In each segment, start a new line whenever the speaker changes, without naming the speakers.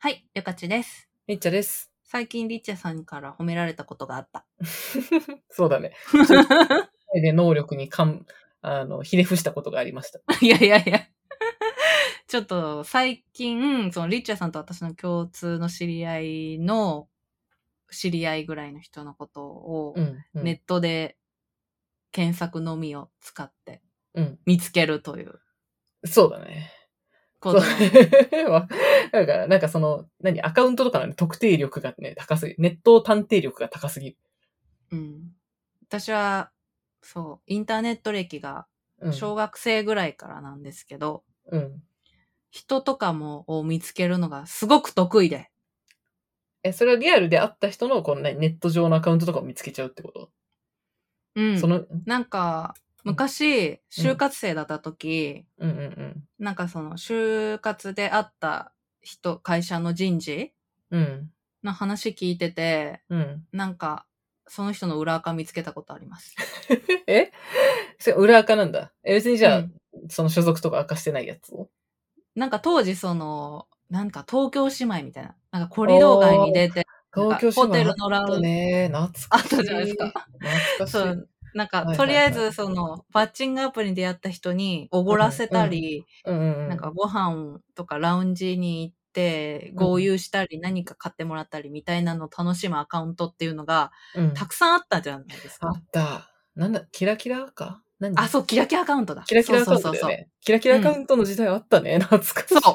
はい、ゆかちです。
みっちゃです。
最近リッチャさんから褒められたことがあった。
そうだね。で能力にかん、 あの、ひれ伏したことがありました。
いやいやい や。ちょっと最近、そのリッチャさんと私の共通の知り合いの知り合いぐらいの人のことを
うん、うん。
ネットで検索のみを使って
うん。
見つけるという
そうだね。
ことを。
そう わだから、なんかその、何、アカウントとかのね特定力がね、高すぎる。ネット探偵力が高すぎる。
うん、私は、そう、インターネット歴が
うん。
小学生ぐらいからなんですけど、
うん。
人とかもを見つけるのがすごく得意で。
え、それはリアルで会った人の、このね、ネット上のアカウントとかを見つけちゃうってこと、
うん
その、
なんか、
うん
昔、就活生だった時、
うんうん
なんかその、就活で会った人、会社の人事
うん。うん。
の話聞いてて、
うん。
なんか、その人の裏垢見つけたことあります。
えそれ裏垢なんだ。え、別にじゃあ、
うん
その所属とか明かしてないやつを
なんか当時その、なんか東京姉妹みたいな、なんかコリドー街に出て、なんか
東京
ホテ
姉妹
ルのラ
あっ
ウ
た
ンジ、
ね。懐
あ
か
っ
しい。
たじゃないですか。
懐かしい。
そうなんか、
はい
と
はい
り
は
あ
い
えずその、パッチングアプリでやった人におごらせたり、
うんうんうん。
なんかご飯とかラウンジに行って、合流したり何か買ってもらったりみたいなのを楽しむアカウントっていうのが
うん、
たくさんあったじゃないです
あ
か。
った。なんだ、キラキラか何
あ、そう、キラキラアカウントだ。
キラキラアカウン
そ
ト
う
だ
そ
よ
うそう
ね。キラキラアカウントの時代あったね。懐かしい。
そうそう。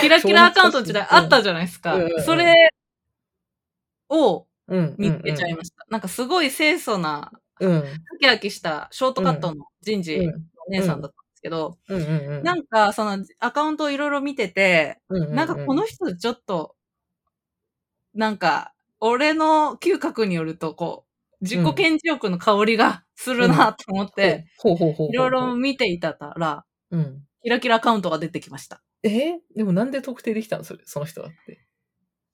キラキラアカウント時代あったじゃないですか
うんうんう。ん
それを
うん。うん。
見つけちゃいました。なんかすごい清楚な、
うん。うん。
ハキハキしたショートカットの人事のお姉さんだったんですけど、
うんうんうん。
なんかそのアカウントをいろいろ見てて、
ううう
なんかこの、人ちょっと、なんか、俺の嗅覚によると、こう、自己顕示欲の香りがするなと思って、
ほうほうほうほう。
いろいろ。見ていたら、
うん。
キラキラアカウントが出てきました。
えでもなんで特定できたのそれ、その人だって。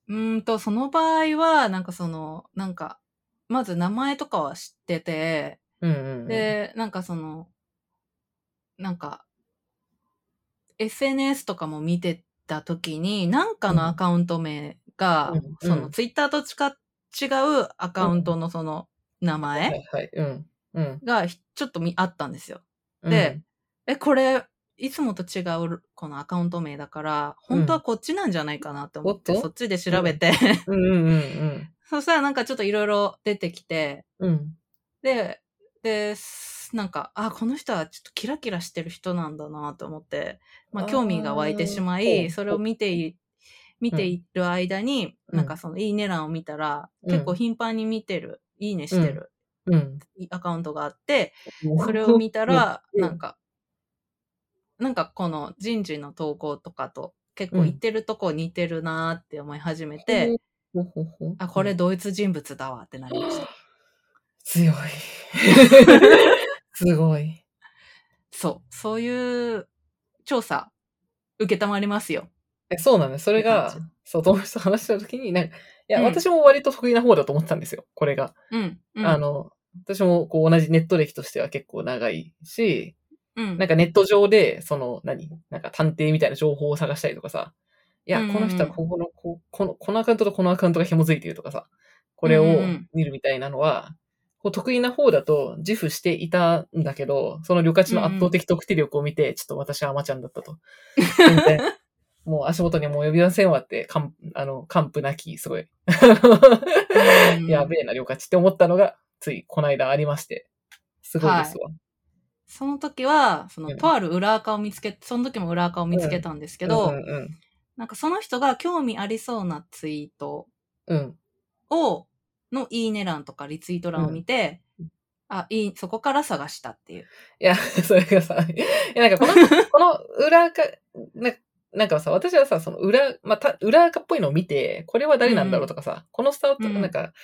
うーんと、その場合は、なんかその、なんか、まず名前とかは知ってて、
うんうん。、
で、なんかその、なんか、SNS とかも見てた時に、なんかのアカウント名が、
うん
そうの、
ん
ツイッターとちか違うアカウントのその、名
は
前
いはい。うん。うん。
がひ、ちょっとみあったんですよ。
うん
で、え、これ、いつもと違う、このアカウント名だから、本当はこっちなんじゃないかなって思って、
おっと
そっちで調べて、
うんうんうん
そしたらなんかちょっといろいろ出てきて、
うん。うん。
で、で、すなんか、あ、この人はちょっとキラキラしてる人なんだなと思って、まあ、
あー
興味が湧いてしま
ほ
い、
う
それを見てい、見ている間に、
うん
なんかそのいいね欄を見たら、
うん
結構頻繁に見てる、いいねしてる
うん。
アカウントがあって、それを見たら、
うん
なんか、なんかこの人事の投稿とかと結構
うん
言ってるとこ似てるなーって思い始めて、
て、ほうほうほう
あ、これ同一人物だわってなりました。
強い。すごい。
そう。そういう調査、受けたまりますよ。
えそうなんです。それ
っ
が
て感、
そう、友達と話したときに、なんか、いや、
うん
私も割と得意な方だと思ってたんですよ、これが。
うん。うん、
あ、の、私もこう同じネット歴としては結構長いし、
うん、
なんかネット上で、その、何なんか探偵みたいな情報を探したりとかさ、いや、
うんうん
この人はここの、ここの、このアカウントとこのアカウントが紐づいてるとかさ、これを
うんうん
見るみたいなのは、こう得意な方だと自負していたんだけど、その旅客地の圧倒的特定力を見て、ちょっと私はアマちゃんだったと。全然、 もう足元にもう呼びませんわって、かん、あの、完膚なき、すごい。
うん
やべえな、旅客地って思ったのが、ついこの間ありまして、すごいですわ。
その時は、そうの、
ん
とある裏垢を見つけ、その時も裏垢を見つけたんですけど、
うんうん
なんかその人が興味ありそうなツイート
うん。うん
を、のいいね欄とかリツイート欄を見て、あ、いい、そこから探したっていう。
いや、 それがさ、いや、なんかこの、 この裏垢、ななんかさ、私はさ、その裏、まあ、た裏垢っぽいのを見て、これは誰なんだろうとかさ、このスター
う
ト、
ん
なんか、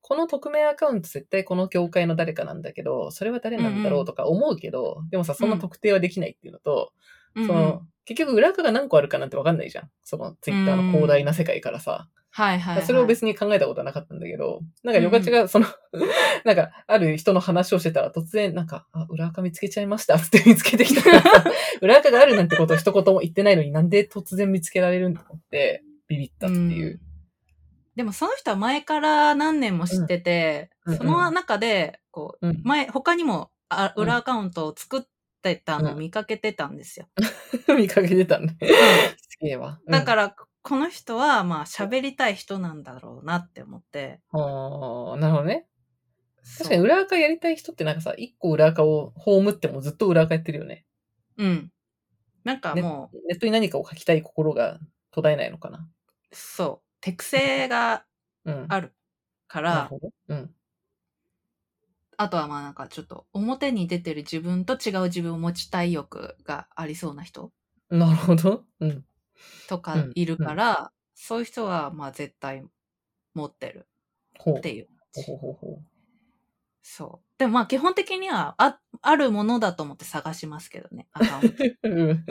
この匿名アカウント絶対この業界の誰かなんだけど、それは誰なんだろうとか思うけど、でもさ、そんな特定はできないっていうのと、
うんうん
その、結局裏垢が何個あるかなんてわかんないじゃん。その、ツイッターの広大な世界からさ。
はいはい、はい。
それを別に考えたことはなかったんだけど、なんか、よかちが、その、 なんか、ある人の話をしてたら、突然、なんか、あ、裏垢見つけちゃいました、つって見つけてき たから、裏垢があるなんてことを一言も言ってないのになんで突然見つけられるんだと思って、ビビったっていう。
んでもその人は前から何年も知ってて、
うんうん
その中で、こ
うん
う、前、他にもあ
うん
裏アカウントを作ってたのを見かけてたんですよ。
見かけてたね。すげえわ。。
だからら、この人は、まあ、喋りたい人なんだろうなって思って。
あーなるほどね。確かに
そう
裏垢やりたい人ってなんかさ、一個裏垢を葬ってもずっと裏垢やってるよね。
うん。なんかもう、
ネットに何かを書きたい心が途絶えないのかな。
そう、手癖が
うん。
あるか
なる
ら、
ほど。うん。
あとはまあなんかちょっと表に出てる自分と違う自分を持ちたい欲がありそうな人
なるほど。うん。
とか
うん
いるから、そういう人はまあ絶対持ってる
ほう
っ。ていう。
ほうほうほうほ
そう。でもまあ基本的にはあ、あるものだと思って探しますけどね。アカウン ト
う。うん。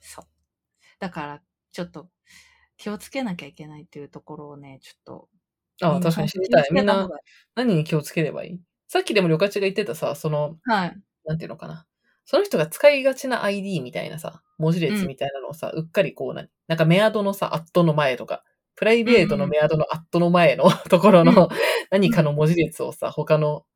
そう。だからちょっと気をつけなきゃいけないっていうところをね、ちょっと。
ああ、確かに知りたい。みん
は、
な何に気をつければいいさっきでも旅館が言ってたさ、その、
はい。
なんていうのかな。その人が使いがちな ID みたいなさ、文字列みたいなのをさ、うっかりこうな、なんかメアドのさ、アットの前とか、プライベートのメアドのアットの前の ところ
うん
の何かの文字列をさ、他の、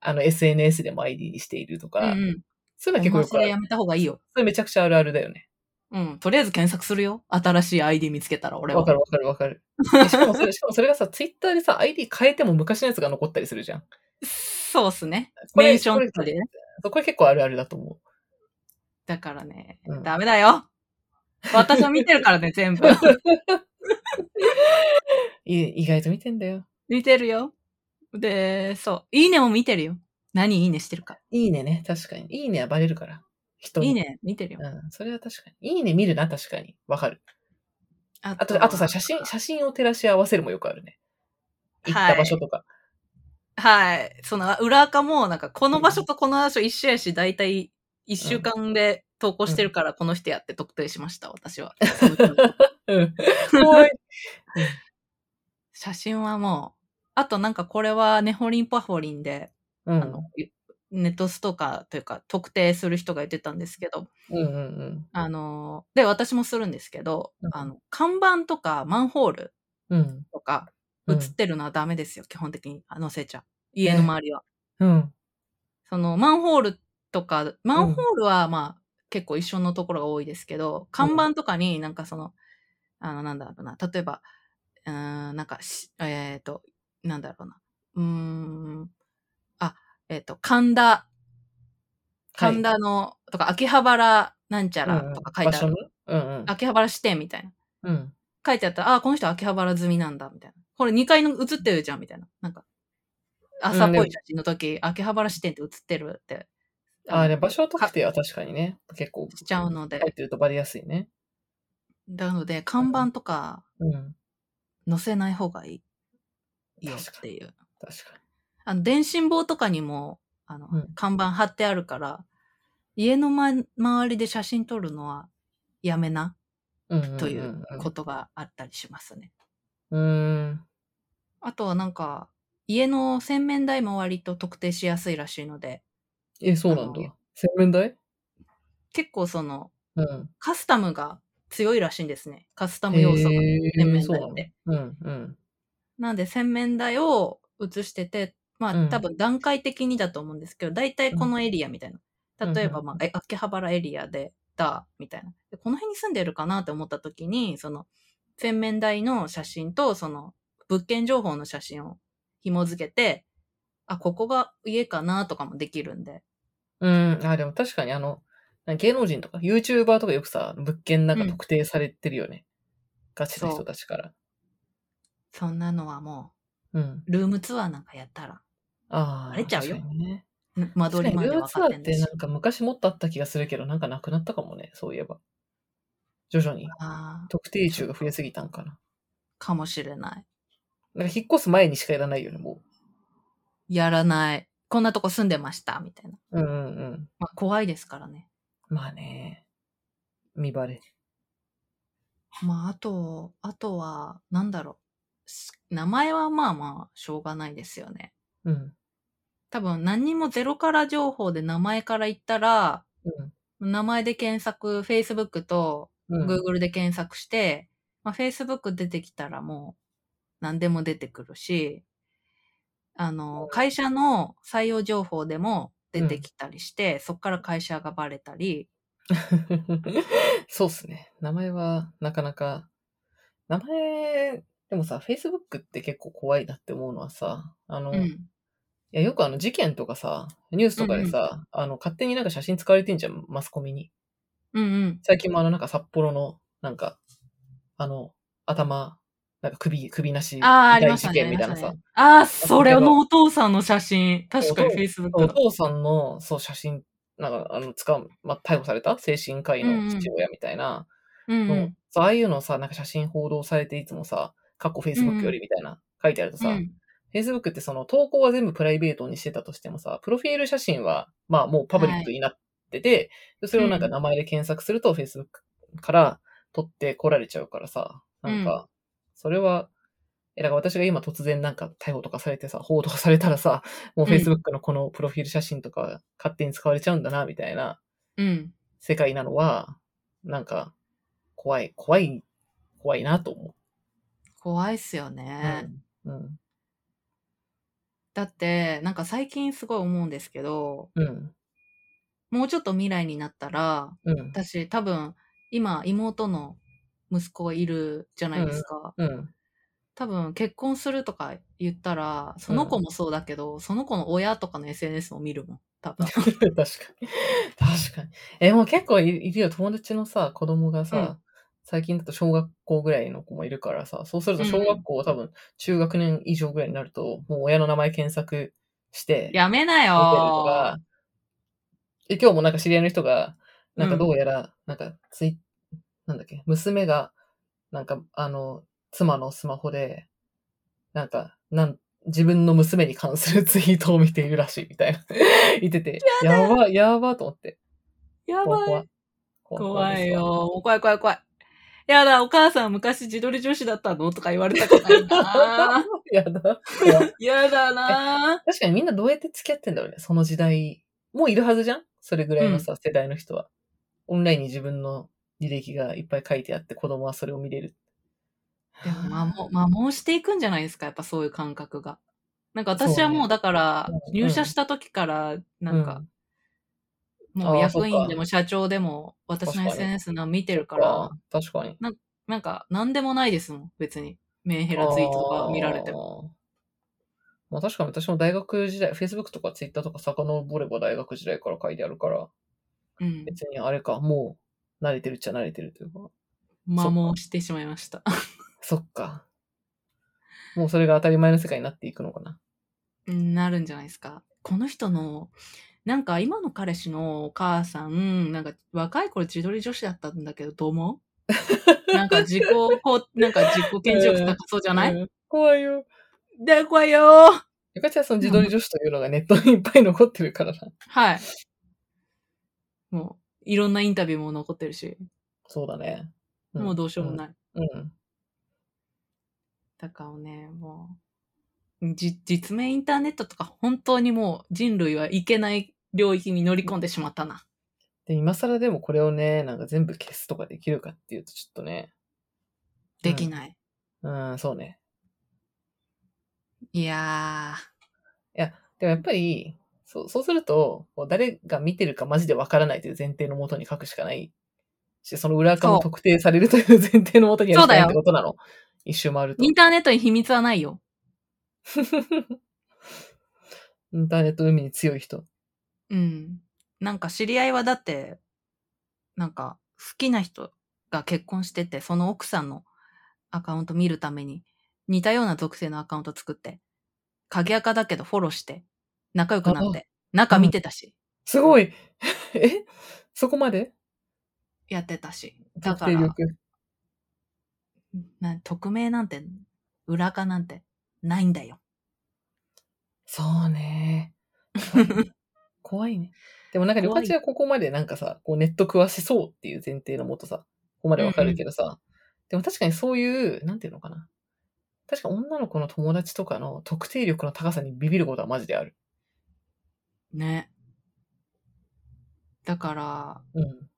あの、SNS でも ID にしていると
う
か、
んうん。
そういうの結構よく
そ
あ
れ
る
や。めた方がいいよ。
それめちゃくちゃあるあるだよね。
うん。とりあえず検索するよ。新しい ID 見つけたら俺は。
わかるわかるわ かる。えしかもそれ、しかもそれがさ、ツイッターでさ、ID 変えても昔のやつが残ったりするじゃん。
そうっすね。
これ
メンションとかでね。
そうこれ結構あるあるだと思
だからね、
うん
ダメだよ。私は見てるからね、全 部。
う。い意外と見てんだよ。
見てるよ。で、そう。いいねも見てるよ。何いいねしてるか。
いいねね、確かに。いいねはバレるから。人に
いい。ね見てるよ。
うん、それは確かに。いいね見るな、確かに。わかる。
あ
あと、あとさ、写真、写真を照らし合わせるもよくあるね。行っ
は
た
い
場所とか。
はい。その、裏垢も、なんか、この場所とこの場所一緒やし、だいたい一週間で投稿してるから、この人やって特定しました、私 は。
うん。怖 い。
写真はもう、あとなんかこれは、ネホリンパホリンで、
う
あ
ん。
の、ネットストーカーというか、特定する人が言ってたんですけど、
うんうんうん。
あの、で、私もするんですけど、
うん
あの、看板とかマンホール
うん。
とか
う
映
ん
ってるのはダメですよ、基本的に。あのせちゃん。家の周りは。
うん。
その、マンホールとか、マンホールはまあ、結構一緒のところが多いですけど、看板とかになんかその、あの、なんだろうな、例えば、うーん、なんかし、えっ、と、なんだろうな、うーん、あ、えっ、と、神田、
はい
神田の、とか、秋葉原なんちゃらとか書いてある。
うんうん場所ね
秋葉原支店みたいな。
うんうん。
書いてあったら、ああ、この人秋葉原済みなんだ、みたいな。これ2階の映ってるじゃん、みたいな。なんか、朝っぽい写真の時、秋葉原支店って映ってるって。
ああ、でも場所特定は確かにね、結構。
しちゃうので
入ってるとバレやすいね。
なので、看板とか
うん。
載せない方がいいよ
確か
っていう。
確か
あの、電信棒とかにも、あの、
うん
看板貼ってあるから、家の、ま、周りで写真撮るのはやめな、
に。うんんんん
ということがあったりしますね。
うーん。
あとはなんか、家の洗面台も割と特定しやすいらしいので、
え、そうなんだ
あの。
洗面台
結構その、
うん。
カスタムが強いらしいんですね。カスタム要素が。
洗
洗面台って
うんうん。
なんで洗面台を映してて、まあ、
うん
多分段階的にだと思うんですけど、大体このエリアみたいな。
うん
例えば、
うん
まあ、え秋葉原エリアで、だ、みたいな。でこの辺に住んでるかなって思った時に、その、洗面台の写真と、その、物件情報の写真を紐付けて、あ、ここが家かなとかもできるんで。
うん。あ、でも確かにあの、芸能人とか YouTuber とかよくさ、物件なんか特定されてるよね。ガチな人たちから。
そんなのはも
うん。
う、ルームツアーなんかやったら、
ああ。
バレちゃうよ
確かにね。
ん間
確
取
か
り
に
まで
ルー
分
ムツ
か
ア
って
ーっ
んだ
て
し
な。んか昔もっとあった気がするけど、なんかなくなったかもね、そういえば。徐々に。
あー
特定中が増えすぎたんかな。
かもしれない。
なんか引っ越す前にしかやらないよね、も
やらない。こんなとこ住んでました、みたいな。
う。うんうんうん。
まあ、怖いですからね。
まあね。見バレ。
まあ、あと、あとは、なんだろう。す名前はまあまあ、しょうがないですよね。
うん。
多分、何にもゼロから情報で名前から言ったら、
うん。
名前で検索、Facebook と
うん。
Google で検索して、まあ、Facebook 出てきたらもう何でも出てくるし、あの、会社の採用情報でも出てきたりして、そこから会社がバレたり、
そうっすね。名前はなかなか、名前、でもさ、Facebook って結構怖いなって思うのはさ、あの、
う
い
ん。
やよくあの事件とかさ、ニュースとかでさ、あの、勝手になんか写真使われてんじゃん、マスコミに。
うんうん。
最近もあの、なんか札幌の、なんか、あの、頭、なんか首、首なし、
ああ、ありま
大
した
事
ね。
件みたいなさ、
ああー、それのお父さんの写真。確かに Facebook
お
だ。
父さんの、そう、写真、なんか、あの、使う、まあ、逮捕された精神科医の父親みたいな、
うんう
の
ん。
そうああいうのをさ、なんか写真報道されていつもさ、過去
うん
Facebook よりみたいな、書いてあると
う
さ、
ん
Facebook ってその投稿は全部プライベートにしてたとしてもさ、プロフィール写真は、まあもうパブリックになってて、でそれをなんか
うん
名前で検索すると Facebook から取ってこられちゃうからさ、なんか、それは、え、だから私が今突然なんか逮捕とかされてさ、報道されたらさ、もう
うん
Facebook のこのプロフィール写真とか勝手に使われちゃうんだな、みたいな、
うん。
世界なのは、なんか、怖い、怖い、怖いなと思
怖いっすよ
う。
ね。
うん。うん。
だって、なんか最近すごい思うんですけど、
うん。
もうちょっと未来になったら、
うん。
私多分今妹の息子がいるじゃないですか、
うん。
多分結婚するとか言ったらその子もそうだけど、その子の親とかの SNS を見るもん多 分
確かに。確かに。え、もう結構いいるよ。友達のさ、子供がさ、
うん
最近だと小学校ぐらいの子もいるからさ、そうすると
うんうん
小学校、多分中学年以上ぐらいになると、もう親の名前検索して、
やめな
見てると
よ
か、で今日もなんか知り合いの人が、なんかどうやら、なんかツイ、なんだっけ、娘が、なんかあの、妻のスマホで、なんか、なん、自分の娘に関する ツイートを見ているらしいみ たいな、言ってて、やば、やばと思って。
や
怖
ばい
怖
怖いよ。もう怖い怖い怖いやだお母さん昔自撮り女子だったのとか言われたくない な
やだ。怖い
やだな
確かにみんなどうやって付き合ってんだろうね、その時代。もういるはずじゃんそれぐらいのさ、世代の人は。オンラインに自分の履歴がいっぱい書いてあって、子供はそれを見れる。
でも摩耗摩耗していくんじゃないですかやっぱそういう感覚がなんか私は
そう
も
ね
うだから
うん
入社した時からなんか、もう
あー
役
そっ
員
か
でも社長でも私の
確かに
SNS の見てる
う
か
ん、
ら
あ、ー確かに。
なんか何でもないですもん、別に。メンヘラツイートとか見られても。
も。まあ確かに私も大学時代、Facebook とか Twitter とか遡れば大学時代から書いてあるから、
うん。
別にあれか、もう慣れてるっちゃ慣れてるというか。
摩耗してしまいました。
そっか。もうそれが当たり前の世界になっていくのかな。
うんなるんじゃないですか。この人の、なんか今の彼氏のお母さん、なんか若い頃自撮り女子だったんだけど、どう思 うなんか自己、こうなんか自己顕示欲高そうじゃない、
うん怖いよ。
で、怖いよー
ゆかちゃんその自撮り女子というのがネットにいっぱい残ってるからな。
はい。もう、いろんなインタビューも残ってるし、
そうだね。ん
もうどうしようもない。
うん。うん
だからね、もう、じ実名インターネットとか本当にもう人類はいけない領域に乗り込んでしまったな。
で、今更でもこれをね、なんか全部消すとかできるかっていうとちょっとね。
できない。
うん、そうね。
いや
でもやっぱり、そう、そうすると、こう誰が見てるかマジでわからないという前提のもとに書くしかないし、その裏垢
そ
も
う
特定されるという 前提のもとにやるしかない
そうだ
って
よ
ことなの。一周回る
ー、
と
イ。ンターネットに秘密はないよ。
インターネットの海に強い人。
うん。なんか知り合いはだって、なんか好きな人が結婚してて、その奥さんのアカウント見るために似たような属性のアカウント作って、鍵垢だけどフォローして、仲良くなって、仲見てたし、
すごい えそこまで
やってたし。だ
特
から
定、力。
な匿名なんて、裏垢なんて、ないんだよ。
そ うね。怖いね。でもなんか、旅
怖い
館はここまでなんかさ、こうネット食わせそうっていう前提のもとさ、ここまでわかるけどさ、でも確かにそういう、なんていうのかな。確か女の子の友達とかの特定力の高さにビビることはマジである。
ね。だから、
うん。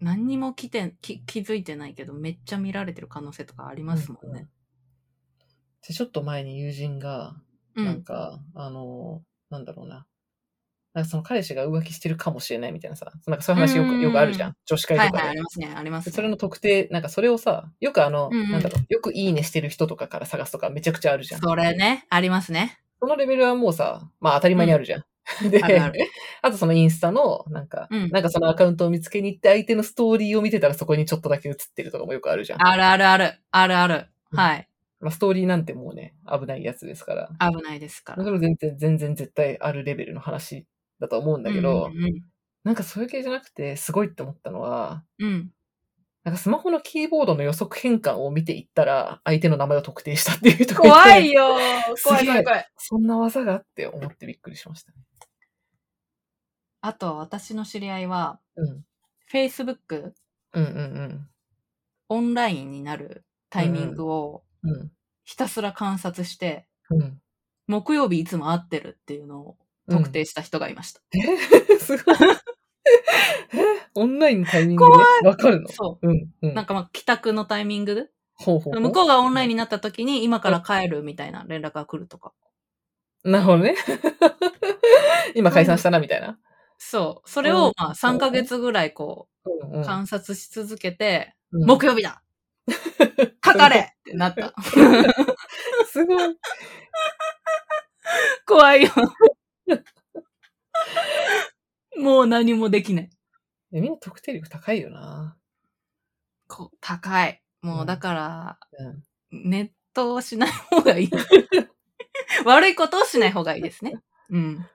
何にも来てき気づいてないけど、めっちゃ見られてる可能性とかありますもんね。
でちょっと前に友人が、
う
なん
ん。
か、あの、なんだろうな。なんかその彼氏が浮気してるかもしれないみたいなさ、なんかそういう話よ
うんうん
く
うん
よくあるじゃん。女子会
はい
と
はい、あ
かで
り。ますね、ありま
ですそれ
ね。
の特定、なんかそれをさ、よくあの、
うんうん
なんだろう、よくいいねしてる人とかから探すとかめちゃくちゃあるじゃん。
それね、ありますね。
そのレベルはもうさ、まあ当たり前にあるじゃん。で、
あるあ
あ
る
とそのインスタの、なんか、
うん
なんかそのアカウントを見つけに行って相手のストーリーを見てたらそこにちょっとだけ映ってるとかもよくあるじゃん。
あるあるある、あるある。
うん
はい。
まあストーリーなんてもうね、危ないやつですから。
危ないですか
そ
ら。
れ全然、全然絶対あるレベルの話だと思うんだけど、
うんうん
なんかそういう系じゃなくて、すごいって思ったのは、
うん、 うん。
なんかスマホのキーボードの予測変換を見ていったら、相手の名前を特定したっていうところ
怖いよー
す
怖
げ
い
え
怖い怖い。
そんな技があって思ってびっくりしました。
あと、私の知り合いは、
うん。
Facebook
うんうん
オンラインになるタイミングを
うん。うん。
ひたすら観察して、
うん。
木曜日いつも会ってるっていうのを特定した人がいました。
え すごい。 えオンラインのタイミングでわかるの。
そう
ん。う。
う。なんんかまあ帰宅のタイミングで、
ほうほうほう。
向こうがオンラインになった時に今から帰るみたいな連絡が来るとか。
なるほどね。 今解散したな、みたいな。
そう。それ
うん
をまあ3ヶ月ぐらいこ
うんう
うん観察し続けて、
うん
木曜日 だかかれってなった。
すごい。
怖い よ。もう何もできない。
えみんな特定力高いよな。
こう高い。も
う
うんだから、
うん。
ネットをしない方が いい。悪いことをしない方がいいですね。うん。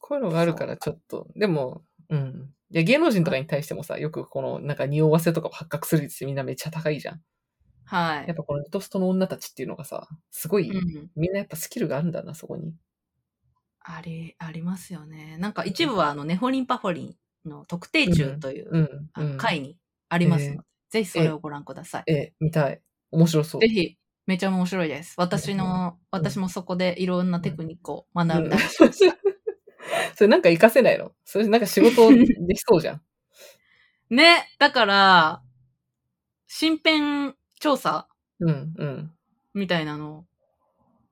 こういうのがあるからちょっと、でも、うん。いや、芸能人とかに対してもさ、よくこの、なんか匂わせとかを発覚する率みんなめっちゃ高いじゃん。
は
やっ
い。
ぱこのネトストの女たちっていうのがさ、すごい、
うん。
みんなやっぱスキルがあるんだな、そこに。
あり、ありますよね。なんか一部は、あの、ネホリンパホリンの特定中という、
うん。
あの
うん
回にありますので、
え
ぜひそれをご覧ください。
え、見たい。面白そう
ぜ。ひ、めちゃ面白いです。私の、私もそこでいろんなテクニックを学んだりし ました。
それなんか活かせないのそれなんか仕事できそうじゃ ん。
ね、だから、身辺調査
うん、うん。
みたいなの、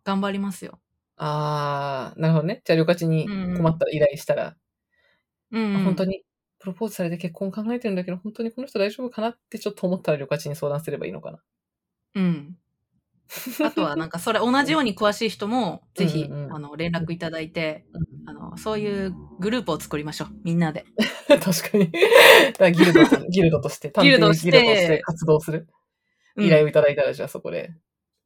頑張りますよ。
あー、なるほどね。じゃあ、旅客地に困ったら依頼したら、
うん、
あ本当
に。
にプロポーズされて結婚考えてるんだけど、本当にこの人大丈夫かなってちょっと思ったら旅客地に相談すればいいのかな。
うん。あとはなんか、それ同じように詳しい人も、ぜひ、
うんうん
あの、連絡いただいて、
うん
あの、そういうグループを作りましょう。みんなで。
確かに。だからギ ルドと、ギルドとして、探
ギルド
偵ギルドと
して
して活動する。
うん
依頼をいただいたら、じゃあそこで。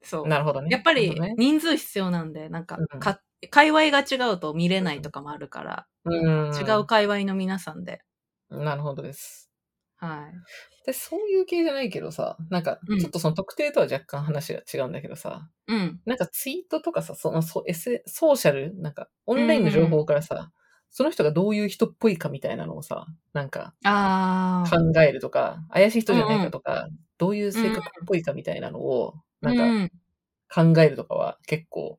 そう。
なるほどね。
やっぱり
なる
人数必要なんで、なんか
うん
か、界隈が違うと見れないとかもあるから、
ほどね、
違う界隈の皆さんで、
うん。なるほどです。
はい。
で、そういう系じゃないけどさ、なんか
う、ん
ちょっとその特定とは若干話が違うんだけどさ、
うん。
なんかツイートとかさ、その、そ、S、ソーシャル、なんか、オンラインの情報からさ、その人がどういう人っぽいかみたいなのをさ、なんか、
ああ。
考えるとか、怪しい人じゃないかとか、どういう性格っぽいかみたいなのを、なんか、
うん、
考えるとかは結構好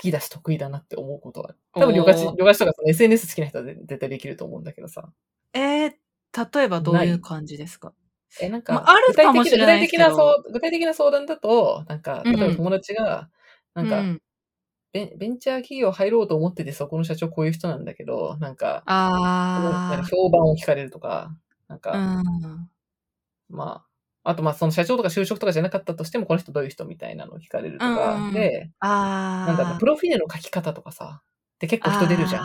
きだし得意だなって思うことはある。多分
おー
旅客地、旅客地とかその SNS 好きな人は絶絶対できると思うんだけどさ。
えー、例えばどういう感じですか
え、なん
ま
か、
あある
具体
か
的
もしれないですけど
具体的なそう、具体的な相談だと、なんか、例え
うんう
ば
ん
友達が、なんか、
うん、
ベン、ベンチャー企業入ろうと思ってて、そこの社長こういう人なんだけど、なんか、なん
あ
か評判を聞かれるとか、な
あ。
ん
う
か、
ん。
まあ、あとまあ、その社長とか就職とかじゃなかったとしても、この人どういう人みたいなのを聞かれるとか、
うんうん
で、
ああ。
なんだろう、プ
ロ
ロフィールの書き方とかさ、で結構人出るじゃ
ん。
ん。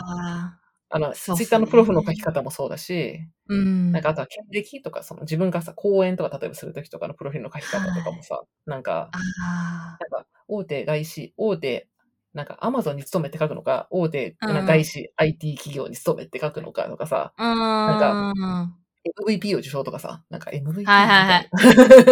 あの、ツ
そう
イ
っすね
ッターのプロフの書き方もそうだし、
うん。
なんかあとは経歴とか、その自分がさ、講演とか例えばするときとかのプロフィールの書き方とかもさ、なんか、
あ
なんか大手外資、大手、なんかアマゾンに勤めって書くのか、大手、
うん
なんか外資 IT 企業に勤めって書くのかとかさ、
あ。うん。
MVP を受賞とかさ、なんか MVP み
はいはいは
た
い
い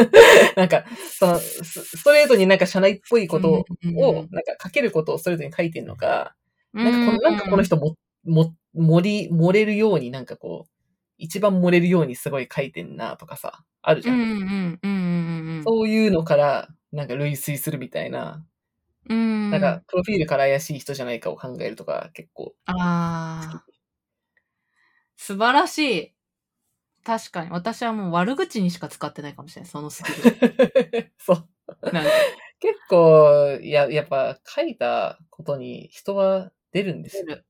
な。 なんか、その、スストレートになんか社内っぽいことを、なんか書けることをストレートに書いてるのか、
うん、
なんかこのなんかこの
人、
人も、も、盛り、盛れるようになんかこう、一番盛れるようにすごい書いてんなとかさ、あるじ
う
ゃ
ん
ん。
うんうんうんうん。
そういうのから、なんか類推するみたいな、
うん。
なんか、プロフィールから怪しい人じゃないか を考えるとか、結構。
ああ。素晴らしい。確かに。私はもう悪口にしか使ってないかもしれない。そのスキル。
そう。
なんか
結構、いや、やっぱ書いたことに人は出るんです
出
よ。
る。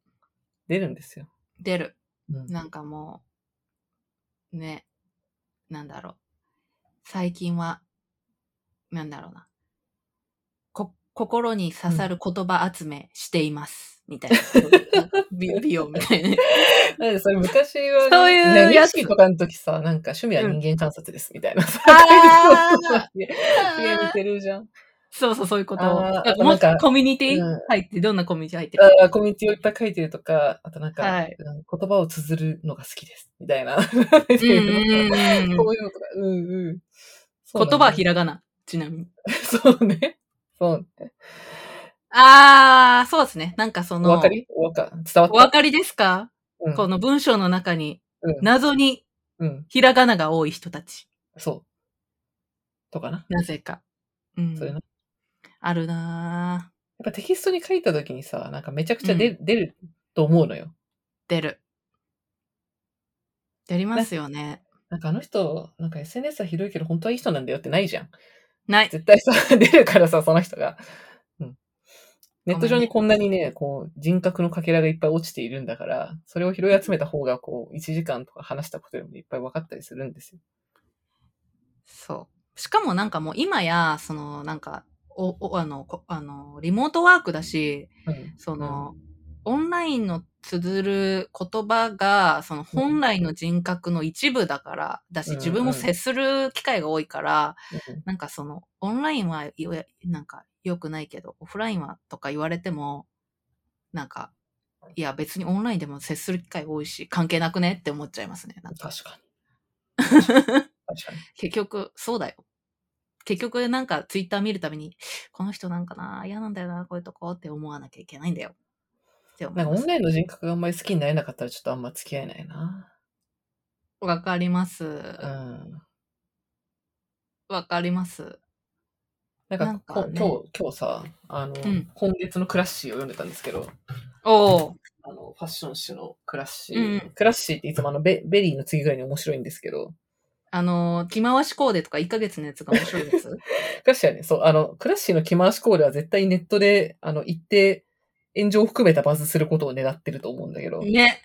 出るんですよ。
出る。
うん
なんかもう、ね、なんだろう。最近は、なんだろうな。こ、心に刺さる言葉集めしています。みたいな。なんか 美美容みたいな。
なんでそれ昔は、
そういう
何
や
意
つ
識とかの時さ、なんか趣味は人間観察ですみたいなさ、
あー
書いてた時にすげえ似てるじゃん。
そうそう、そういうことを。
あー
だから
な
も
んか
しコミュニティ
うん
入って、どんなコミュニティ入ってる
あーコミュニティをいっぱい書いてるとか、あとなんか、
はい
うん言葉を綴るのが好きです、みたいな。
うんうんうん
こういうのとか、うんうん。そうなんだ
言葉はひらがな。ちなみに。
そうね。そう。
あー、そうですね。なんかそ
お
の、
分かりお分か伝わ
お
っ
分かりですか、
うん
この文章の中に、
うん
謎に
たうん。
ひらがなが多い人たち。
そう。とかな。
なぜか。うん。
そういうの。やっ
あるなぁ。
ぱテキストに書いた時にさ、なんかめちゃくちゃ出,、出ると思うのよ。
出る。出りますよね。
なんかあの人、なんか SNS はひどいけど本当はいい人なんだよってないじゃん。
ない。
絶対さ、 出るからさ、その人が。うん。ネット上にこんなにね、こう、人格のかけらがいっぱい落ちているんだから、それを拾い集めた方が、こう、1時間とか話したことよりもいっぱい分かったりするんですよ。
そう。しかもなんかもう今や、そのなんか、お、お、あの、こあの、リモートワークだし、
うん。
その、オンラインの綴る言葉が、その本来の人格の一部だから、だし、
うん
自分も接する機会が多いから、
うん
なんかその、オンラインはよや、なんか良くないけど、オフラインはとか言われても、なんか、いや別にオンラインでも接する機会多いし、関係なくねって思っちゃいますね。なんか
確かに。確かに。
結局、そうだよ。結局なんかツイッター見るたびに、この人なんかな、嫌なんだよな、こういうとこって思わなきゃいけないんだよ。って思
ないんか
ま
オン
す。
ラインの人格があんまり好きになれなかったらちょっとあんま付き合えないな。
わかります。
うん。
わかります。
なん
な
か
ん
こ
かね
今日、今日さ、あの、
ん
今月のクラッシーを読んでたんですけど、
おお。
あの、ファッション誌のクラッシ
うん
ー。
う
クラッシーっていつもあのベ、ベリーの次ぐらいに面白いんですけど、
あのー、着回しコーデとか1ヶ月のやつが面白い です。
クラッシーはね、そう、あの、クラッシーの着回しコーデは絶対ネットで、あの、一定、炎上を含めたバズすることを狙ってると思うんだけど、
ね。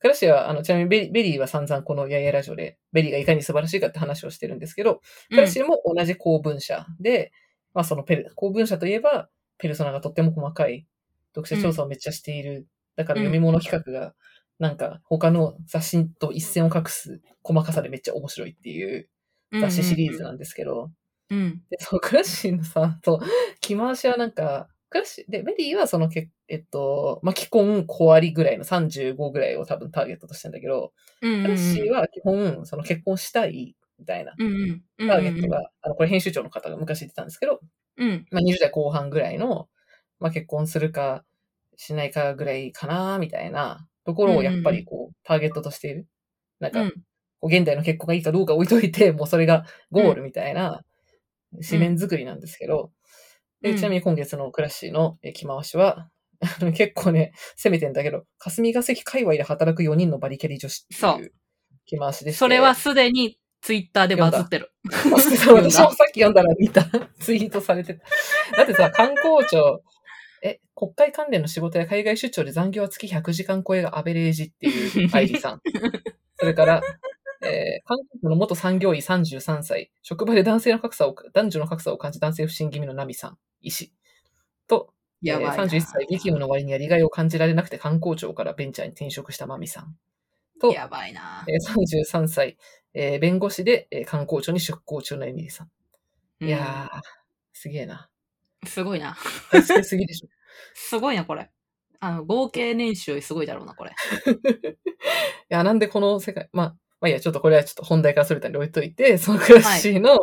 クラッシーは、あの、ちなみにベリベリーは散々このややラジオで、ベリーがいかに素晴らしいかって話をしてるんですけど、クラッシーも同じ公文社で、まあそのペル、公文社といえば、ペルソナがとっても細かい、読者調査をめっちゃしている。だから読み物企画が、なんか他の雑誌と一線を画す細かさでめっちゃ面白いっていう
うん
雑誌シリーズ。なんですけど、
うんうんうん。
で、そのクラッシーのさ、と、着回しはなんか、クラッシー、で、ベリーはそのけ、えっと、まあ、既婚小割ぐらいの35ぐらいを多分ターゲットとしてんだけど、
うんうんうん
クラッシーは基本、その結婚したい、みたいな
うんうんうんうん
ターゲットが、あの、これ編集長の方が昔言ってたんですけど、
うん。
まあ、20代後半ぐらいの、まあ、結婚するかしないかぐらいかな、みたいなところをやっぱりこう、ターゲットとしている。なん
う
か、
ん。
こう現代の結婚がいいかどうか置いといて、もうそれがゴールみたいな、紙面作りなんですけど、
うん
でちなみに今月のクラッシーのえー着回しは、あの結構ね、攻めてんだけど、霞が関界隈で働く4人のバリキャリ女子っていう着回しでして
それはすでにツイッターでバズってる。
私もさっき読んだら見た。 ツイートされてた。だってさ、観光庁、え、国会関連の仕事や海外出張で残業は月100時間超えがアベレージっていう愛理さ ん。それから、えー、韓国の元産業医33歳、職場で男性の格差を、男女の格差を感じ男性不信気味のナミさん、医師。と、え
や
ー、
ばいな。
31歳、激務の割にやりがいを感じられなくて観光庁からベンチャーに転職したマミさん。と、
やばいな。
えー、33歳、えー弁護士で、えー観光庁に出向中のエミリーさん。いやー、すげえな。
うんすごいな。
大好きすぎで しょ。
すごいな、これ。あの、合計年収すごいだろうな、これ。
いや、なんでこの世界、まあ、まあいいや、ちょっとこれはちょっと本題からそれたり置いといて、 そのクラッシーの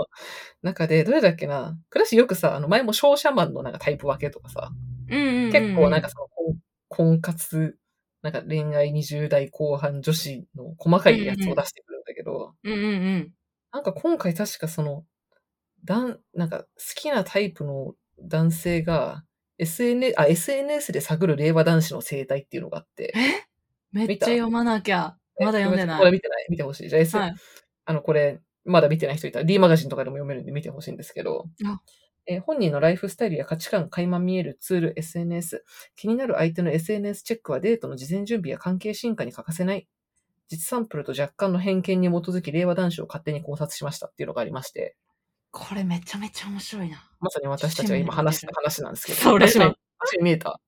中で、どれだっけな、クラッシーよくさ、あの前も商社マンのなんかタイプ分けとかさ、
うんうんうん。
結構なんか、その、婚婚活、なんか恋愛20代後半女子の細かいやつを出してくるんだけど、
うんうんうん。
なんか今回確かその、男なんか好きなタイプの男性が、SNS、あ、SNS で探る令和男子の生態っていうのがあって、
めっちゃ読まなきゃ。まだ読んでない
まだ見てない。見てほしい。じゃあ S、
はい
あの、これ、まだ見てない人いたら D マガジンとかでも読めるんで見てほしいんですけど
あ、
えー本人のライフスタイルや価値観、垣間見えるツール、SNS、気になる相手の SNS チェックはデートの事前準備や関係進化に欠かせない。実サンプルと若干の偏見に基づき、令和男子を勝手に考察しましたっていうのがありまして、
これめちゃめちゃ面白いな。
まさに私たちが今話した話なんですけど、
それだ
私も私も見えた。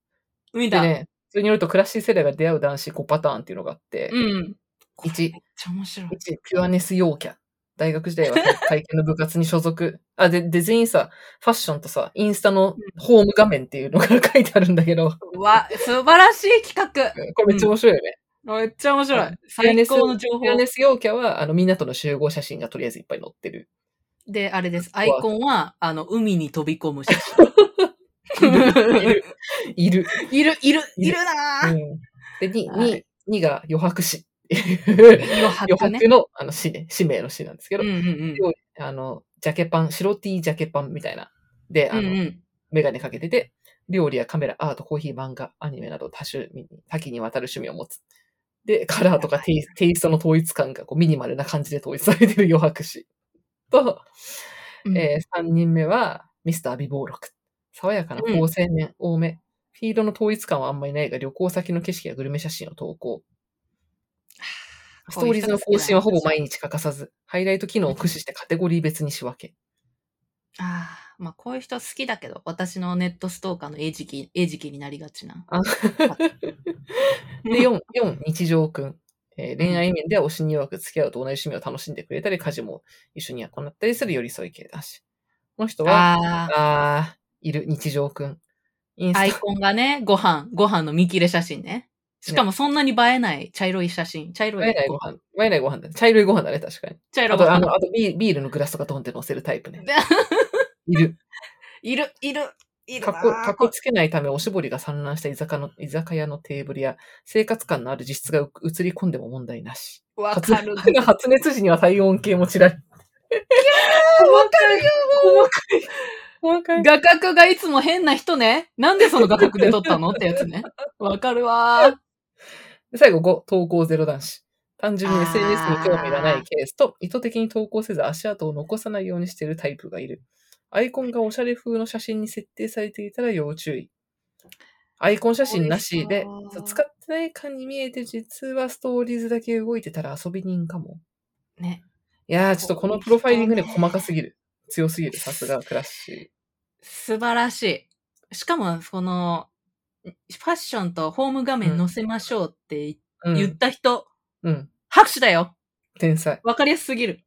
見
で
た。
ね、それによると、クラッシー世代が出会う男子5パターンっていうのがあって、
うん。これ
一
めっちゃ面白い。
1、ピュアネス陽キャ。大学時代は体験の部活に所属。あ、で、で、全員さ、ファッションとさ、インスタのホーム画面っていうのが書いてあるんだけど、
うわ、素晴らしい企画。
これめっちゃ面白いよね。
めっちゃ面 白
う
い
ん。
最高の情報
ピュア。ネス陽キャは、あの、みんなとの集合写真がとりあえずいっぱい載っ てる。
で、あれです。アイコンは、あの、海に飛び込む写
い
真。
る。いる。
いる、いる、
いる
いるなぁ。
うん、で、2、
は
2、2が余白詩っていう。
余
余
白ね。
白の、あの、詩ね、氏名の詩なんですけ
う
ど
ん、うん
あの、ジャケパン、白 T ジャケパンみたいな。で、
うん。う
あ
ん
の、
うん。
メガネかけてて、料理やカメラ、アート、コーヒー、漫画、アニメなど多種、多岐にわたる趣味を持つ。で、カラーとかテイテイストの統一感がこうミニマルな感じで統一されてる余白詩。と、
うん
えー、3人目は、ミスター美貌録。爽やかな高青年、多め。フィードの統一感はあんまりないが、旅行先の景色やグルメ写真を投稿。ストーリーズの更新はほぼ毎日欠かさず、ハイライト機能を駆使してカテゴリー別に仕分け。
ああ、まあこういう人好きだけど、私のネットストーカーの餌食、餌食になりがちな。
あで、4、4、日常くん。えー恋愛面では推しに弱く付き合うと同じ趣味を楽しんでくれたり、家事も一緒に行ったりする寄り添い系だし。この人は、
ああ、
あー、いる、日常くん。イン
アイ
ス
コンがね、ご飯、ご飯の見切れ写真ね。しかもそんなに映えない茶色い写真。茶
タ、
色
わえ
い
ないご
ご飯。
飯。わえないご飯だね。茶色いご飯だね、確かに。
茶色
あ
いご
と、あ
飯。
の、あとビールビールのグラスとかドンって乗せるタイプね。
で
いる。
いる、いる、いる
か
な
っ
ー。
こ、かっこつけないため、おしぼりが散乱した居酒屋の居酒屋のテーブルや、生活感のある実質がう映り込んでも問題なし。
わ
発
かる。
発熱時には体温計もちらり。
わかるよ
細かい。細か い。
画角がいつも変な人ね。なんでその画角で撮ったのってやつね。わかるわ
で最後5、投稿ゼロ男子。単純に
あー
SNS に興味がないケースと、意図的に投稿せず足跡を残さないようにしているタイプがいる。アイコンがおしゃれ風の写真に設定されていたら要注意。アイコン写真なし
美味
で
し、そう
そう使ってない感に見えて、実はストーリーズだけ動いてたら遊び人かも。
ー。ね。
いやー、ちょっとこのプロファイリングね、
美味しそうね
細かすぎる。強すぎる。さすがクラッシ
素晴らしい。しかも、この、ファッションとホーム画面載せましょうって
ー。うん
言った人、
うん。
拍手だよ
天才。
わかりやすすぎる。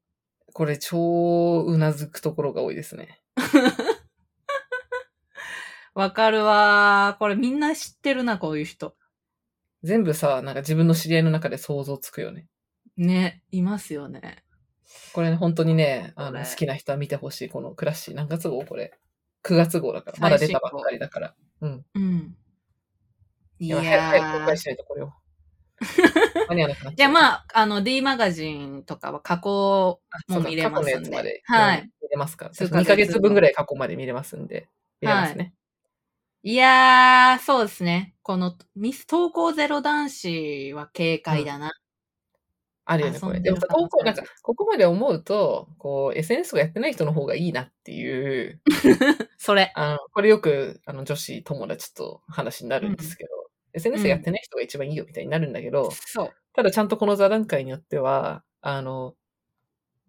これ超うなずくところが多いですね。
わかるわー。これみんな知ってるな、こういう人。
全部さ、なんか自分の知り合いの中で想像つくよね。
ね、いますよね。
これね、本当にね、あ
こ
の、
れ
好きな人は見てほしい。このクラッシー、何月号これ。9月号だから。まだ出たばっかりだから。うん。
うん。い
い
や
や、
ー
早く早く公開しないと、これを。間に合わなくなっ
じゃあ
あ、
まあ、あの、D マガジンとかは加工も見れます
そうか過去の
ん
やつ
で。
まで。
はい。
うん見れますから。
数ヶ月
2ヶ月分ぐらい過去まで見れますんで。見れますね。
いやー、そうですね。この、ミス、投稿ゼロ男子は警戒だな。
あるよね、
あ
これ。
そう
でもさ、
見れ
投
ます
稿、なんか、ここまで思うと、こう、SNS をやってない人の方がいいなっていう、
それ。
あの、これよく、あの、女子友達と話になるんですけど、SNS やってない人が一番いいよみたいになるんだけど、
そう。
ただちゃんとこの座談会によっては、あの、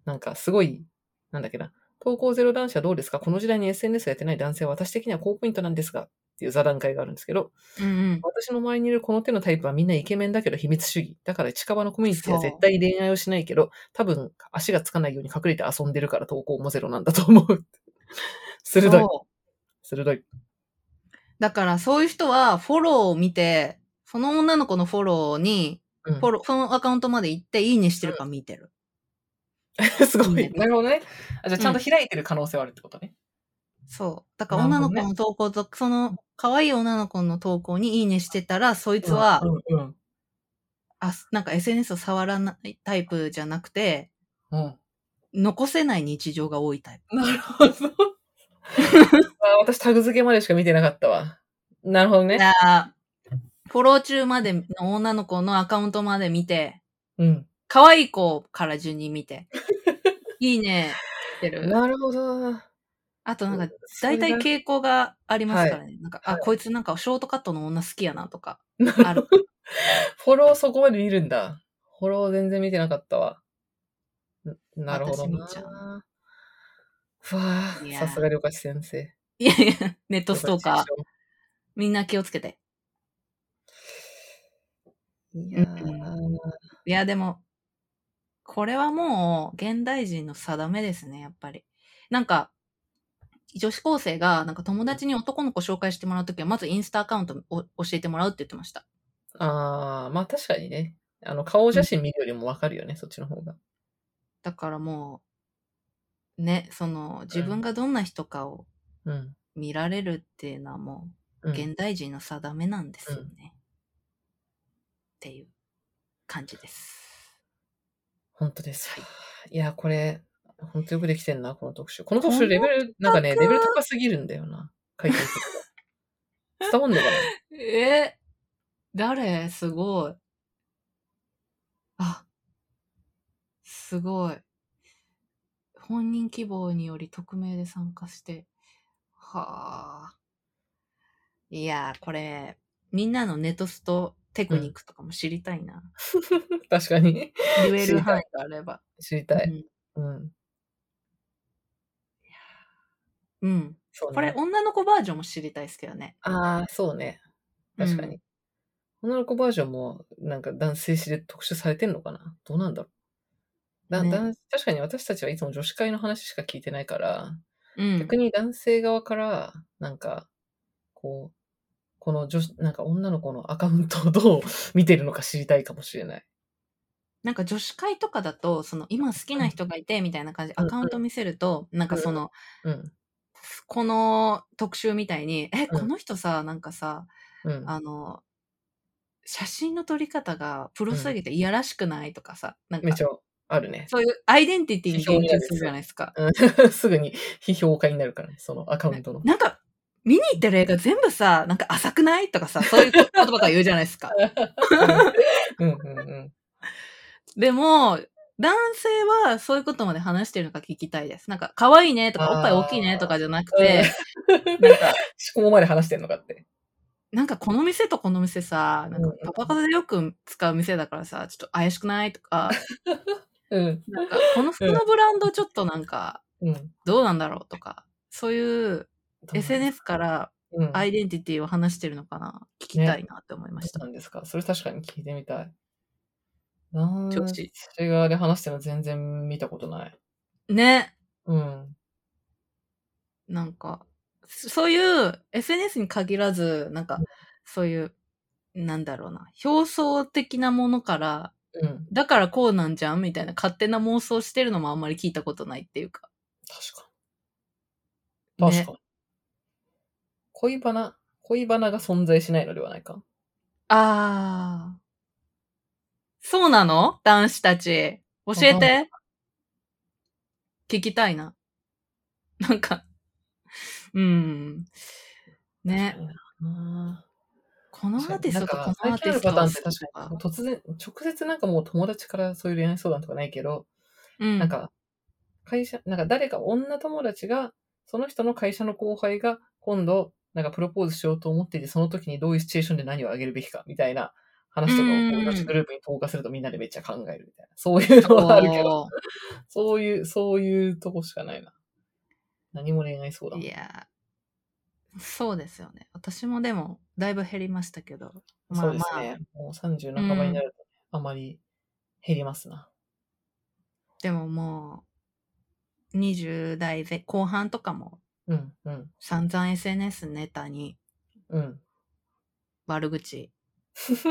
なんかすごい、なんだっけな、投稿ゼロ男子はどうですかこの時代に SNS やってない男性は私的には高ポイントなんですが、っていう座談会があるんですけど、
うん
私の周りにいるこの手のタイプはみんなイケメンだけど秘密主義。だから近場のコミュニティは絶対恋愛をしないけど、多分足がつかないように隠れて遊んでるから投稿もゼロなんだと思う。
うん。
鋭い。
そう
鋭い。
だから、そういう人は、フォローを見て、その女の子のフォローに、
うん
フォロー、そのアカウントまで行って、いいねしてるか見てる。
すご
いい
い。
ね
なるほどね。あじゃあちゃんと開いてる可能性はあるってことね。
そう。だから、女の子の投稿と、その、可愛い女の子の投稿にいいねしてたら、そいつは、
うん、うん
あ、なんか SNS を触らないタイプじゃなくて、
うん。うん
残せない日常が多いタイプ。
なるほど。 あ私、タグ付けまでしか見てなかったわ。なるほどね。
だからフォロー中までの女の子のアカウントまで見て、
うん。
可愛い子から順に見 て。いいね。ってる。
なるほどな。
あとなんか、
それ
大
が
体傾向がありますからね。なんか、あ、
はい
こいつなんかショートカットの女好きやなとか。
なる
ある。
フォローそこまで見るんだ。フォロー全然見てなかったわ。んなるほどな。
私見ちゃ
わあ
い、やー
さすがりょかし先生。
いやいや、ネットストー
りょ
カー
か。し
みんな気をつけて。
師匠。いやー
いや、でも、これはもう、現代人の定めですね、やっぱり。なんか、女子高生が、なんか友達に男の子紹介してもらうときは、まずインスタアカウントを教えてもらうって言ってました。
あー、まあ確かにね。あの、顔写真見るよりもわかるよね、そっちの方が。
だからもう、ね、その、自分がどんな人かを
うん。
見られるっていうのはも
う
う、
ん
現代人の定めなんですよね。
う
っていう感じです。
本当です。、
はい
やー、これ、本当よくできてんな、この特集。この特集レベル、なんかね、
この企画
レベル高すぎるんだよな。書いてることが伝わんのかな
え誰すごい。あ、すごい。本人希望により匿名で参加して。はあ。いやー、これ、みんなのネトストテクニックとかも知りたいな。
確かに。
言え
知
る
りたい
範囲があれば。
知りた
う
い。
ん
うん。
うん。
そうね
これ、女の子バージョンも知りたいですけどね。
ああ、そうね。確かに。女の子バージョンも、なんか男性誌で特集されてんのかなどうなんだろう。だ
ね
男確かに私たちはいつも女子会の話しか聞いてないから、
うん。
逆に男性側から、なんか、こう、この女子、なんか女の子のアカウントをどう 見てるのか知りたいかもしれない。
なんか女子会とかだと、その今好きな人がいてみたいな感じでアカウント見せると、なんかその、
うん。
この特集みたいに、え、
うん
この人さ、なんかさ、
うん。
あの、写真の撮り方がプロすぎていやらしくないとかさ、なん
めち
か、
ゃあるね。
そういうアイデンティティに言及するじゃないですか。
うん すぐに批評家になるからね、そのアカウン トの。
なんか、見に行ってる映画全部さ、なんか浅くないとかさ、そういう言葉が言うじゃないです か。
うんうんうん。
でも、男性はそういうことまで話してるのか聞きたいです。なんか、可愛いねとか、
あー
おっぱい大きいねとかじゃなく
うん
て、なんか、
思考まで話してんのかって。
なんかこの店とこの店さ、なんか
うんうん
パパ活でよく使う店だからさ、ちょっと怪しくないとか、
うん。
なんかこの服のブランドちょっとなんか
うん。
どうなんだろうとか、そういう。SNS から
うん、
アイデンティティを話してるのかな、聞きたいなって思いまし
そう
た。
なんですか。それ確かに聞いてみたい。男
調子
性側で話してるの全然見たことない。
ね。
うん。
なんか、そそういう SNS に限らず、なんか
うん
そういう、なんだろうな、表層的なものから、
うん。
だからこうなんじゃんみたいな勝手な妄想してるのもあんまり聞いたことないっていうか。
確かに。
ね
確かに。恋バナ、恋バナが存在しないのではないか。
ああ。そうなの男子たち。教え
わかんな
て。聞きたいな。 なんか、うん。ね。
うん。
このアーティストと
な
こ
んか
のアー
最
ティス
近ある
ト
パターンっ
好
て
き
確
と
かに、突然、直接なんかもう友達からそういう恋愛相談とかないけど、
うん。
なんか、会社、なんか誰か女友達が、その人の会社の後輩が今度、なんかプロポーズしようと思っていて、その時にどういうシチュエーションで何をあげるべきか、みたいな話とかを
うん
友達グループに投下するとみんなでめっちゃ考えるみたいな。そういうのはあるけど、
お
そういう、そういうとこしかないな。何も恋愛相
ー
談
い。やー、そうですよね。私もでも、だいぶ減りましたけど。まあ
そうです
まあ、
ね。もう30半ばになると、あまり減りますな。
でももう、20代前後半とかも
うん、うん、
散々 SNS ネタに
うん。
悪口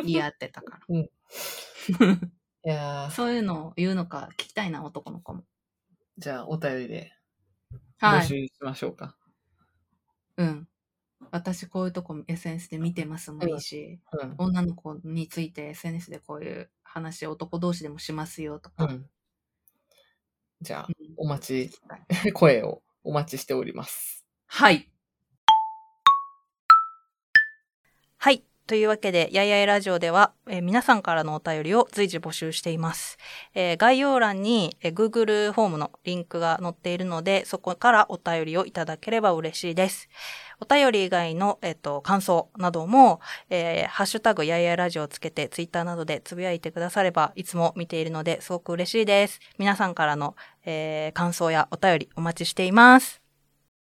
言い合ってたから。
いやー
そういうのを言うのか聞きたいな、男の子も。
じゃあお便りで募
はい。
集しましょうか。
うん。私こういうとこ SNS で見てますもいいし、
うん。
女の子について SNS でこういう話男同士でもしますよと
う
か。
ん。じゃあ
う、ん
お待
聞きたい
ち、声をお待ちしております。
はい。はい。というわけで、やいやいラジオでは、えー皆さんからのお便りを随時募集しています。えー概要欄に、えー Google フォームのリンクが載っているので、そこからお便りをいただければ嬉しいです。お便り以外の、えっと、感想なども、えーハッシュタグやいやいラジオをつけて、ツイッターなどでつぶやいてくだされば、いつも見ているので、すごく嬉しいです。皆さんからの、えー感想やお便りお待ちしています。